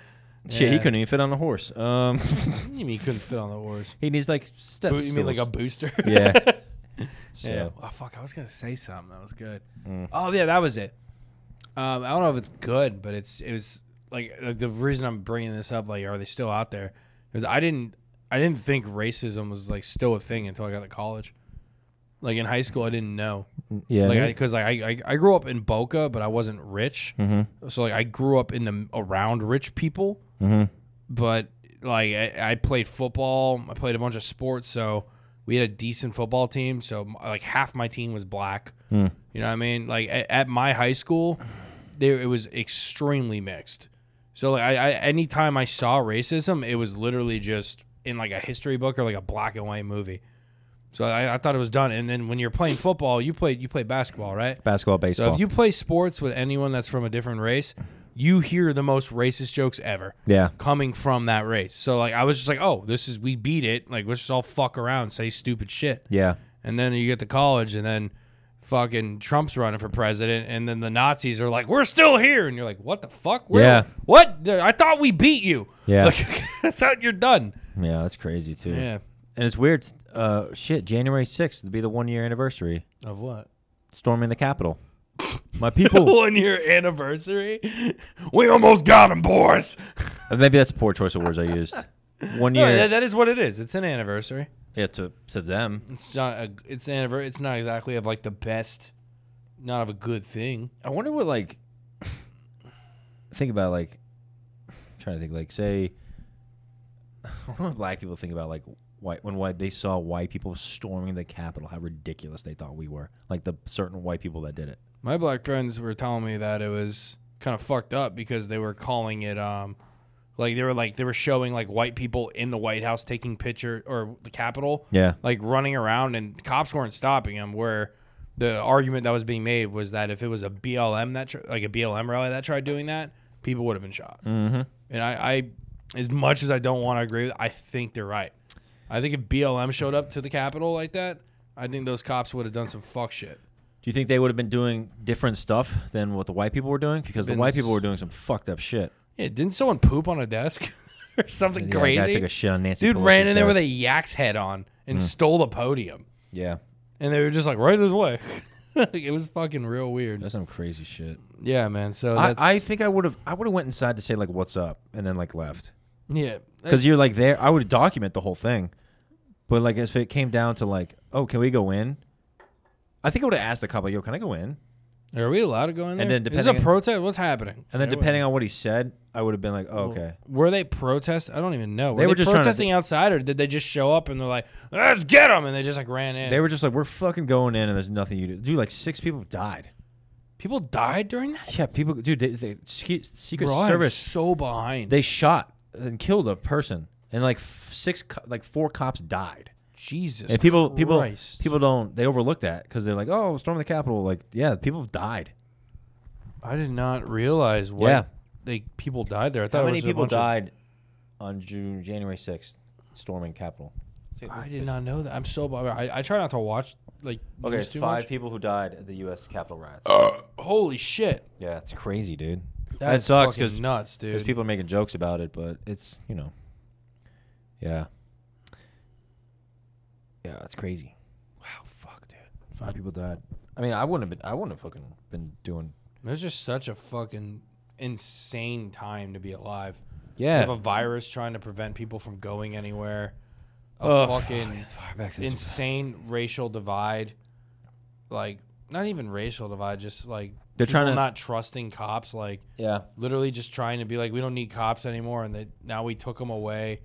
S1: Shit, he
S2: Yeah.
S1: couldn't even fit on a horse. Um,
S2: you mean you couldn't fit on the horse?
S1: he needs like
S2: Bo-
S1: steps.
S2: You mean like a booster?
S1: yeah. So,
S2: Yeah. Oh fuck, I was gonna say something. That was good. Oh yeah, that was it. Um, I don't know if it's good, but it's it was like, like the reason I'm bringing this up. Like, are they still out there? Because I didn't I didn't think racism was like still a thing until I got to college. Like in high school, I didn't know.
S1: Mm, yeah.
S2: Like
S1: they-
S2: because like I, I I grew up in Boca, but I wasn't rich. So like I grew up in the around rich people. But like I, I played football. I played a bunch of sports. So we had a decent football team. So m- like half my team was black.
S1: Hmm.
S2: You know what I mean? Like at, at my high school, there it was extremely mixed. So like I, I anytime I saw racism, it was literally just in like a history book or like a black and white movie. So I, I thought it was done. And then when you're playing football, you play you play basketball, right?
S1: Basketball,
S2: So
S1: baseball.
S2: if you play sports with anyone that's from a different race, you hear the most racist jokes ever
S1: yeah.
S2: coming from that race. So like I was just like, oh, this is we beat it. Like let's just all fuck around, say stupid shit.
S1: Yeah.
S2: And then you get to college, and then fucking Trump's running for president, and then the Nazis are like, "We're still here," and you're like, "What the fuck? We're-
S1: Yeah.
S2: What? The- I thought we beat you.
S1: Yeah.
S2: Like, that's how you're done.
S1: Yeah, that's crazy too.
S2: Yeah.
S1: And it's weird. Uh, shit, January 6th would be the one year anniversary.
S2: Of what?
S1: Storming the Capitol. My people.
S2: One year anniversary. We almost got him, boys.
S1: maybe that's a poor choice of words I used. One
S2: No,
S1: year.
S2: that- that is what it is. It's an anniversary.
S1: yeah, to, to them.
S2: It's not a. It's an anniver- It's not exactly of like the best. Not of a good thing.
S1: I wonder what like think about like I'm trying to think like say I wonder what black people think about like white when white they saw white people storming the Capitol, how ridiculous they thought we were. Like the certain white people that did it.
S2: My black friends were telling me that it was kind of fucked up because they were calling it um like they were like they were showing like white people in the White House taking picture or the Capitol
S1: Yeah.
S2: like running around and cops weren't stopping them where the argument that was being made was that if it was a BLM that tr- like a BLM rally that tried doing that people would have been shot.
S1: Mm-hmm.
S2: And I, I as much as I don't want to agree with I think they're right. I think if BLM showed up to the Capitol like that, I think those cops would have done some fuck shit.
S1: Do you think they would have been doing different stuff than what the white people were doing? Because the
S2: Been
S1: white people
S2: s-
S1: were doing some fucked up shit.
S2: Yeah, didn't someone poop on a desk or something
S1: Yeah,
S2: crazy?
S1: guy took a shit Mm. on Nancy.
S2: Dude ran
S1: Pelosi's
S2: in there with a
S1: desk.
S2: yak's head on and stole the podium,
S1: yeah.
S2: and they were just like, "Right this way." Like, it was fucking real weird.
S1: That's some crazy shit.
S2: Yeah, man. So
S1: I,
S2: that's
S1: I think I would have I would have went inside to say like what's up and then like left.
S2: yeah.
S1: because you're like there. I would document the whole thing, but like if it came down to like, oh, can we go in? I think I would have asked the cop, like, yo, can I go in?
S2: Are we allowed to go in there?
S1: And then
S2: Is
S1: depending
S2: this a
S1: on-
S2: protest? What's happening?
S1: And then depending on what he said, I would have been like, oh, okay.
S2: Were they protest? I don't even know. Were
S1: They
S2: they,
S1: were just trying to-
S2: protesting outside, or did they just show up and they're like, "Let's get them," and they just like ran in?
S1: They were just like, we're fucking going in, and there's nothing you do. Dude, like six people died.
S2: People died during that.
S1: Yeah, people. Dude, they, they, Secret Secret
S2: Bro, I'm
S1: Service.
S2: so behind.
S1: They shot and killed a person, and like f- six, co- like four cops died.
S2: Jesus.
S1: And people, people,
S2: Christ.
S1: people don't. They overlook that because they're like, oh, storm the Capitol. Like, yeah, people have died.
S2: I did not realize what
S1: Yeah.
S2: they people died there. I thought
S1: How
S2: it
S1: many
S2: was a
S1: people
S2: bunch of-
S1: died on June January sixth, storming Capitol?
S2: I did not know that. I'm so bothered. I, I try not to watch like
S1: Okay,
S2: news too
S1: five
S2: much. Uh,
S1: people who died at the U.S. Capitol riots.
S2: Oh. Holy shit,
S1: yeah, it's crazy, dude.
S2: that,
S1: That sucks
S2: because
S1: because
S2: nuts, dude.
S1: people are making jokes about it, but it's you know, yeah, yeah, it's crazy. Wow, fuck, dude. Five people died. I mean, I wouldn't have been. I wouldn't have fucking been doing.
S2: There's just such a fucking insane time to be alive. You have a
S1: Yeah.
S2: virus trying to prevent people from going anywhere. A
S1: Ugh.
S2: fucking
S1: Back to this-
S2: insane racial divide. Like not even racial divide, just like
S1: They're
S2: people
S1: trying to-
S2: not trusting cops. Like
S1: yeah.
S2: literally just trying to be like, we don't need cops anymore, and that now we took them away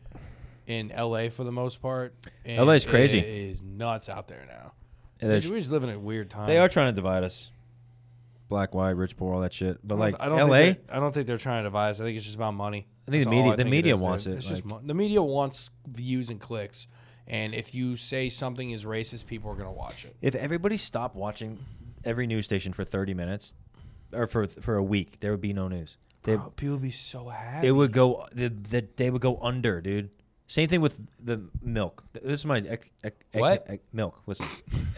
S2: in L.A. for the most part. And
S1: LA is crazy.
S2: It is nuts out there now.
S1: And
S2: We're
S1: there's-
S2: just living in a weird time.
S1: They are trying to divide us. Black, white, rich, poor, all that shit. But like
S2: I don't
S1: L.A.
S2: Think they're- I don't think they're trying to devise. I think it's just about money.
S1: I think the
S2: That's
S1: media-
S2: all
S1: the
S2: think
S1: media
S2: is, dude.
S1: wants it,
S2: It's just
S1: like-
S2: mon- the media wants views and clicks, and if you say something is racist, people are gonna watch it.
S1: If everybody stopped watching every news station for 30 minutes or for for a week, there would be no news. They,
S2: Bro, people would be so happy.
S1: it would go the, the they would go under, dude. Same thing with the milk. This is my ec- ec- ec-
S2: What?
S1: ec- milk. Listen,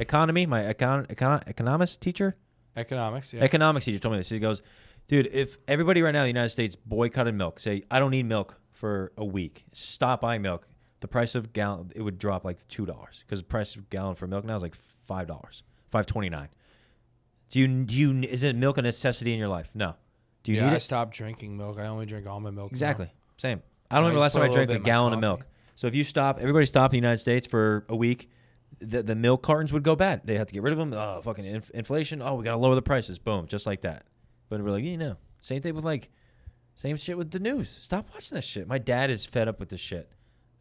S1: economy. My econ, econ economics teacher,
S2: economics. Yeah.
S1: economics teacher told me this. He goes, dude, if everybody right now in the United States boycotted milk, say I don't need milk for a week, stop buying milk. The price of gallon it would drop like two dollars because the price of gallon for milk now is like five dollars, five twenty nine. Do you do you is it milk a necessity in your life? No. Do you
S2: yeah,
S1: need
S2: I
S1: it?
S2: stopped drinking milk. I only drink almond milk. now.
S1: Exactly. Same. I don't
S2: I
S1: remember last
S2: just put
S1: time I
S2: a little
S1: drank
S2: bit
S1: a
S2: in my
S1: gallon of
S2: coffee.
S1: milk. So if you stop, everybody stopped in the United States for a week, the, the milk cartons would go bad. They have to get rid of them. Oh, fucking inf- inflation. Oh, we got to lower the prices. Boom, just like that. But we're like, you know, same thing with like, same shit with the news. Stop watching this shit. My dad is fed up with this shit.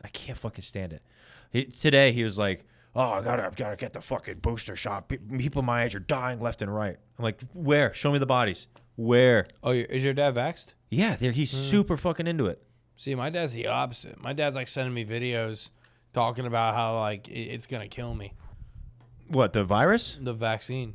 S1: I can't fucking stand it. He, today he was like, "Oh, I gotta, I gotta get the fucking booster shot. Pe- People my age are dying left and right." I'm like, "Where? Show me the bodies. Where?"
S2: Oh, your- is your dad vaxxed?
S1: Yeah, there he's super fucking into it.
S2: See, my dad's the opposite. My dad's like sending me videos talking about how like it- it's gonna kill me,
S1: What the virus?
S2: the vaccine.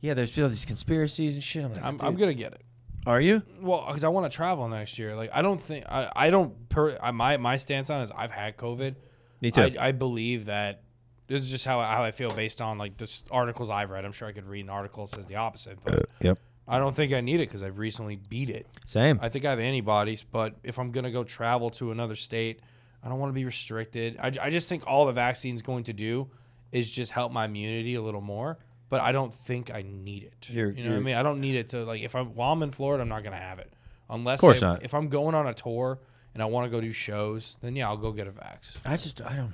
S1: Yeah, there's all these conspiracies and shit. I'm like,
S2: I'm, I'm
S1: dude,
S2: gonna get it.
S1: Are you?
S2: Well, because I want to travel next year. Like I don't think I, I don't per I, my my stance on it is I've had COVID.
S1: Me too.
S2: I, I believe that this is just how I- how I feel based on like this articles I've read. I'm sure I could read an article that says the opposite, but
S1: yep.
S2: I don't think I need it because I've recently beat it.
S1: Same.
S2: I think I have antibodies, but if I'm gonna go travel to another state, I don't want to be restricted. I, I just think all the vaccine's going to do is just help my immunity a little more. But I don't think I need it.
S1: You're-
S2: you know what I
S1: you're-
S2: mean? I don't need it to like if I'm while I'm in Florida, I'm not gonna have it. Unless
S1: course
S2: I-
S1: not.
S2: if I'm going on a tour and I want to go do shows, then yeah, I'll go get a vax.
S1: I just I don't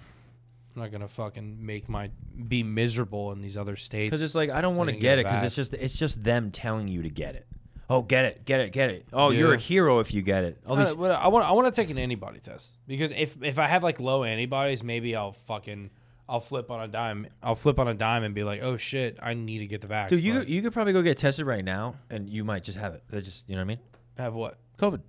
S2: I'm not gonna fucking make my be miserable in these other states.
S1: because it's like I don't want to
S2: like you
S1: get
S2: get
S1: it because
S2: vax.
S1: it's just it's just them telling you to get it. Oh, get it, get it, get it. Oh, you're a
S2: Yeah.
S1: hero if you get it. All
S2: Uh,
S1: these
S2: well, I want I want to take an antibody test because if if I have like low antibodies, maybe I'll fucking I'll flip on a dime. I'll flip on a dime and be like, oh shit, I need to get the vaccine.
S1: dude, you you could probably go get tested right now and you might just have it. They just you know what I mean?
S2: have what?
S1: COVID.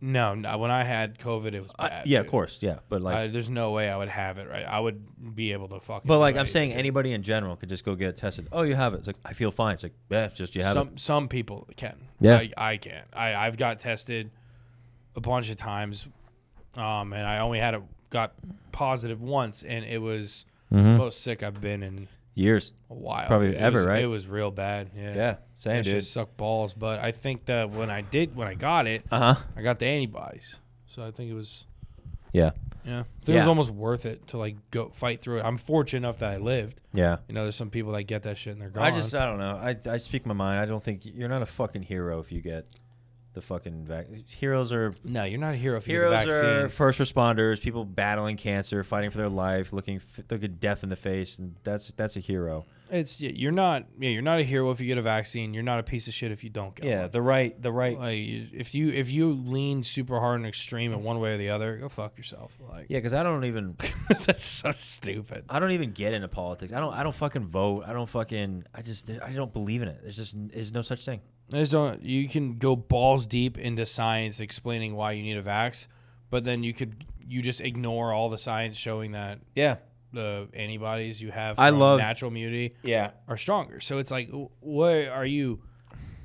S2: No, no, when I had COVID, it was bad.
S1: I- yeah, of
S2: dude.
S1: course, yeah, but like.
S2: I, there's no way I would have it. Right, I would be able to fucking.
S1: but
S2: do
S1: like I'm
S2: it.
S1: saying, anybody in general could just go get it tested. Oh, you have it. It's like I feel fine. It's like yeah, it's just you have
S2: some
S1: it.
S2: some people can.
S1: Yeah.
S2: I, I can't. I I've got tested a bunch of times, um, and I only had it got positive once, and it was
S1: Mhm.
S2: most sick I've been in.
S1: Years.
S2: a while.
S1: Probably
S2: dude. It
S1: ever,
S2: was-
S1: right?
S2: It was real bad. Yeah.
S1: Yeah, same
S2: That shit
S1: dude.
S2: sucked balls. But I think that when I did, when I got it,
S1: Uh huh.
S2: I got the antibodies. So I think it was,
S1: Yeah.
S2: yeah, I think it
S1: Yeah.
S2: was almost worth it to like go fight through it. I'm fortunate enough that I lived.
S1: Yeah.
S2: You know, there's some people that get that shit and they're gone.
S1: I just uh, I don't know. I I speak my mind. I don't think you're not a fucking hero if you get the fucking vac. Heroes are
S2: no, you're not a hero if you get the
S1: heroes
S2: vaccine.
S1: are first responders, people battling cancer, fighting for their life, looking f- looking death in the face, and that's that's a hero.
S2: It's yeah, you're not yeah, you're not a hero if you get a vaccine. You're not a piece of shit if you don't get
S1: Yeah,
S2: one.
S1: the right the right.
S2: Like you- if you if you lean super hard and extreme in one way or the other, go fuck yourself. Like
S1: Yeah, because I don't even
S2: that's so stupid.
S1: I don't even get into politics. I don't I don't fucking vote. I don't fucking I just I don't believe in it. There's just there's no such thing.
S2: I just don't. You can go balls deep into science explaining why you need a vax, but then you could you just ignore all the science showing that
S1: Yeah,
S2: the antibodies you have
S1: I
S2: from
S1: love-
S2: natural immunity
S1: yeah.
S2: are stronger. So it's like, wh- what are you?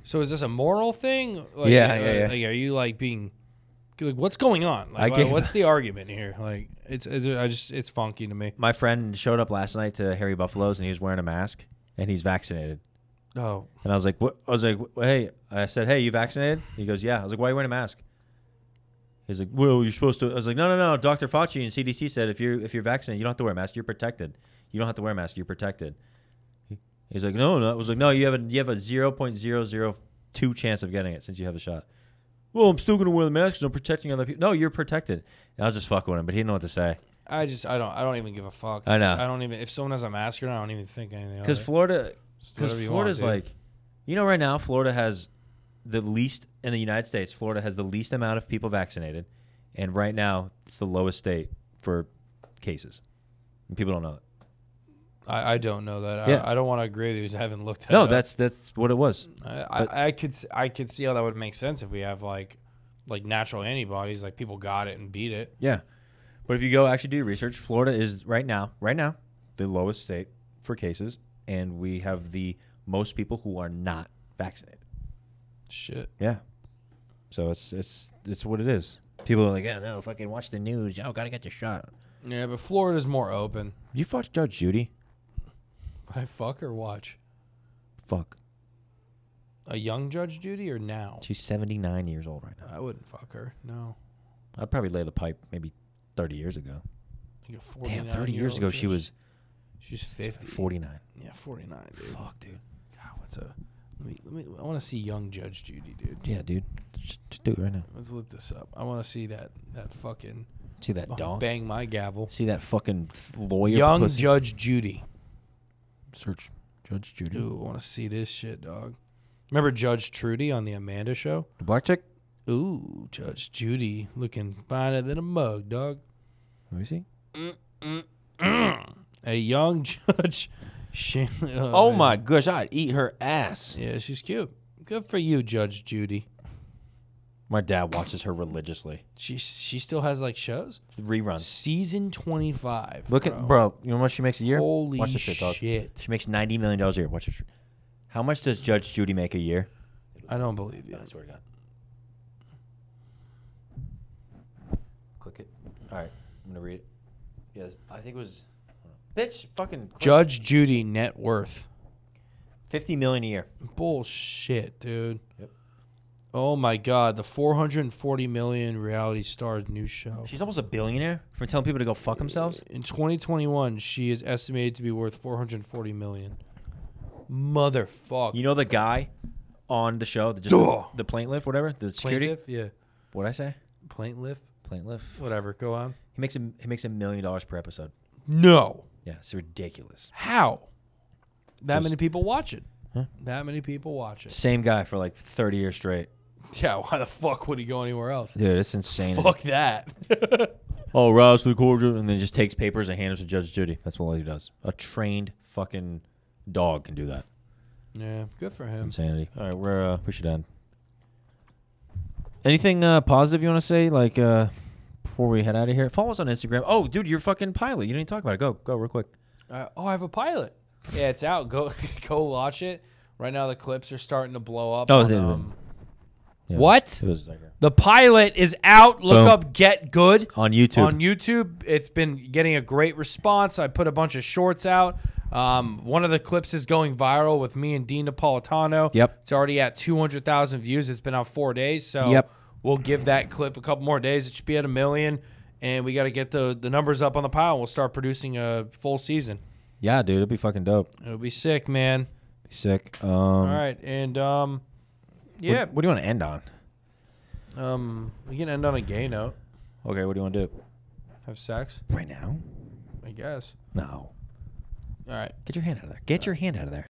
S2: So is this a moral thing? Like,
S1: Yeah,
S2: uh,
S1: yeah, yeah.
S2: Like, are you like being like what's going on? Like,
S1: I
S2: wha-
S1: gave-
S2: what's the argument here? Like, it's, it's I just it's funky to me.
S1: My friend showed up last night to Harry Buffalo's and he was wearing a mask and he's vaccinated.
S2: Oh,
S1: And I was like, what? I was like, "Wh- hey, I said, hey, you vaccinated? He goes, yeah. I was like, why are you wearing a mask? He's like, well, you're supposed to. I was like, no, no, no. Dr. Fauci and CDC said if you're if you're vaccinated, you don't have to wear a mask. You're protected. You don't have to wear a mask. You're protected. He's like, no, no. I was like, no. You have a you have a zero point zero zero two chance of getting it since you have the shot. Well, I'm still gonna wear the mask because I'm protecting other people. No, you're protected. And I was just fucking with him, but he didn't know what to say
S2: I just I don't I don't even give a fuck.
S1: I know.
S2: I don't even if someone has a mask on, I don't even think anything. of
S1: because
S2: it.
S1: Florida
S2: Just
S1: Because
S2: whatever you want,
S1: Florida's
S2: dude.
S1: like, you know, right now Florida has the least in the United States. Florida has the least amount of people vaccinated, and right now it's the lowest state for cases. And people don't know it.
S2: I, I don't know that.
S1: Yeah.
S2: I, I don't want to agree with you. 'cause I haven't looked. That
S1: No,
S2: up.
S1: that's that's what it was.
S2: I, I, I could s- I could see how that would make sense if we have like like natural antibodies. Like people got it and beat it.
S1: Yeah, but if you go actually do research, Florida is right now, right now, the lowest state for cases, and we have the most people who are not vaccinated.
S2: Shit.
S1: Yeah. So it's it's it's what it is. People are like, yeah, no, fucking watch the news. Y'all gotta get the shot.
S2: Yeah, but Florida's more open.
S1: You fucked Judge Judy.
S2: Would I fuck or watch
S1: Fuck.
S2: a young Judge Judy or now?
S1: She's 79 years old right now.
S2: I wouldn't fuck her. No.
S1: I'd probably lay the pipe maybe 30 years ago.
S2: Like a
S1: Damn,
S2: 49
S1: 30 years
S2: year
S1: ago
S2: old
S1: she was
S2: she's fifty.
S1: 49.
S2: Yeah, forty nine, dude. God,
S1: Fuck, dude.
S2: what's a let me let me. I want to see young Judge Judy, dude.
S1: Yeah, dude. Just just do it right now.
S2: Let's look this up. I want to see that that fucking
S1: See that dog?
S2: bang my gavel.
S1: See that fucking f- lawyer?
S2: Young
S1: pussy?
S2: Judge Judy.
S1: Search Judge Judy.
S2: Ooh, I want to see this shit, dog. Remember Judge Trudy on the Amanda Show?
S1: The black chick?
S2: Ooh, Judge Judy looking finer than a mug, dog.
S1: Let me see.
S2: A young judge. She,
S1: Oh, my gosh. I'd eat her ass.
S2: Yeah, she's cute. Good for you, Judge Judy.
S1: My dad watches her religiously.
S2: She she still has like shows.
S1: Reruns.
S2: Season twenty five.
S1: Look at bro. You know what she makes a year?
S2: Holy
S1: Watch this shit, dog.
S2: shit.
S1: She makes ninety million dollars a year. Watch this. How much does Judge Judy make a year?
S2: I don't believe you.
S1: I swear to God. Click it. All right, I'm gonna read it. Yes, I think it was. Bitch, fucking click.
S2: Judge Judy net worth.
S1: fifty million a year.
S2: Bullshit, dude.
S1: Yep.
S2: Oh my god, the 440 million reality stars new show.
S1: She's almost a billionaire for telling people to go fuck themselves.
S2: In 2021, she is estimated to be worth 440 million. Motherfuck.
S1: You know the guy on the show, the, just
S2: Duh.
S1: the, the plaintiff, whatever, the security.
S2: plaintiff? Yeah.
S1: What I say?
S2: Plaintiff?
S1: Plaintiff.
S2: Whatever. Go on.
S1: He makes a he makes a million dollars per episode.
S2: No.
S1: Yeah, it's ridiculous.
S2: How? That
S1: Just-
S2: many people watch it.
S1: Huh?
S2: That many people watch it.
S1: Same guy for like thirty years straight.
S2: Yeah, why the fuck would he go anywhere else?
S1: Dude, it's insane.
S2: Fuck that.
S1: Oh, Rouse for the cordial, and then just takes papers and hands them to Judge Judy. That's what he does. A trained fucking dog can do that.
S2: yeah, good for him.
S1: Insanity. All right, we're uh, we should end. Anything uh, positive you want to say, like uh, before we head out of here? Follow us on Instagram. Oh, dude, you're fucking pilot. You didn't even talk about it. Go, go, real quick.
S2: Uh, oh, I have a pilot. Yeah, it's out. Go go watch it. Right now, the clips are starting to blow up.
S1: Oh,
S2: on,
S1: they-
S2: um,
S1: Yeah,
S2: What?
S1: It was like a-
S2: the pilot is out. Look
S1: Boom.
S2: up Get Good
S1: on YouTube.
S2: on YouTube. It's been getting a great response. I put a bunch of shorts out. Um, one of the clips is going viral with me and Dean Napolitano.
S1: Yep.
S2: It's already at 200,000 views. It's been out four days. So
S1: Yep.
S2: we'll give that clip a couple more days. It should be at a million. And we got to get the, the numbers up on the pile. We'll start producing a full season.
S1: yeah, dude, it'd be fucking dope.
S2: It'll be sick, man.
S1: Be sick. Um,
S2: All right, and um,
S1: what-
S2: yeah,
S1: What, do you want to end on?
S2: um, we can end on a gay note.
S1: Okay, what do you want to do?
S2: Have sex,
S1: Right now?
S2: I guess.
S1: No.
S2: All right.
S1: Get your hand out of there. Get your hand out of there.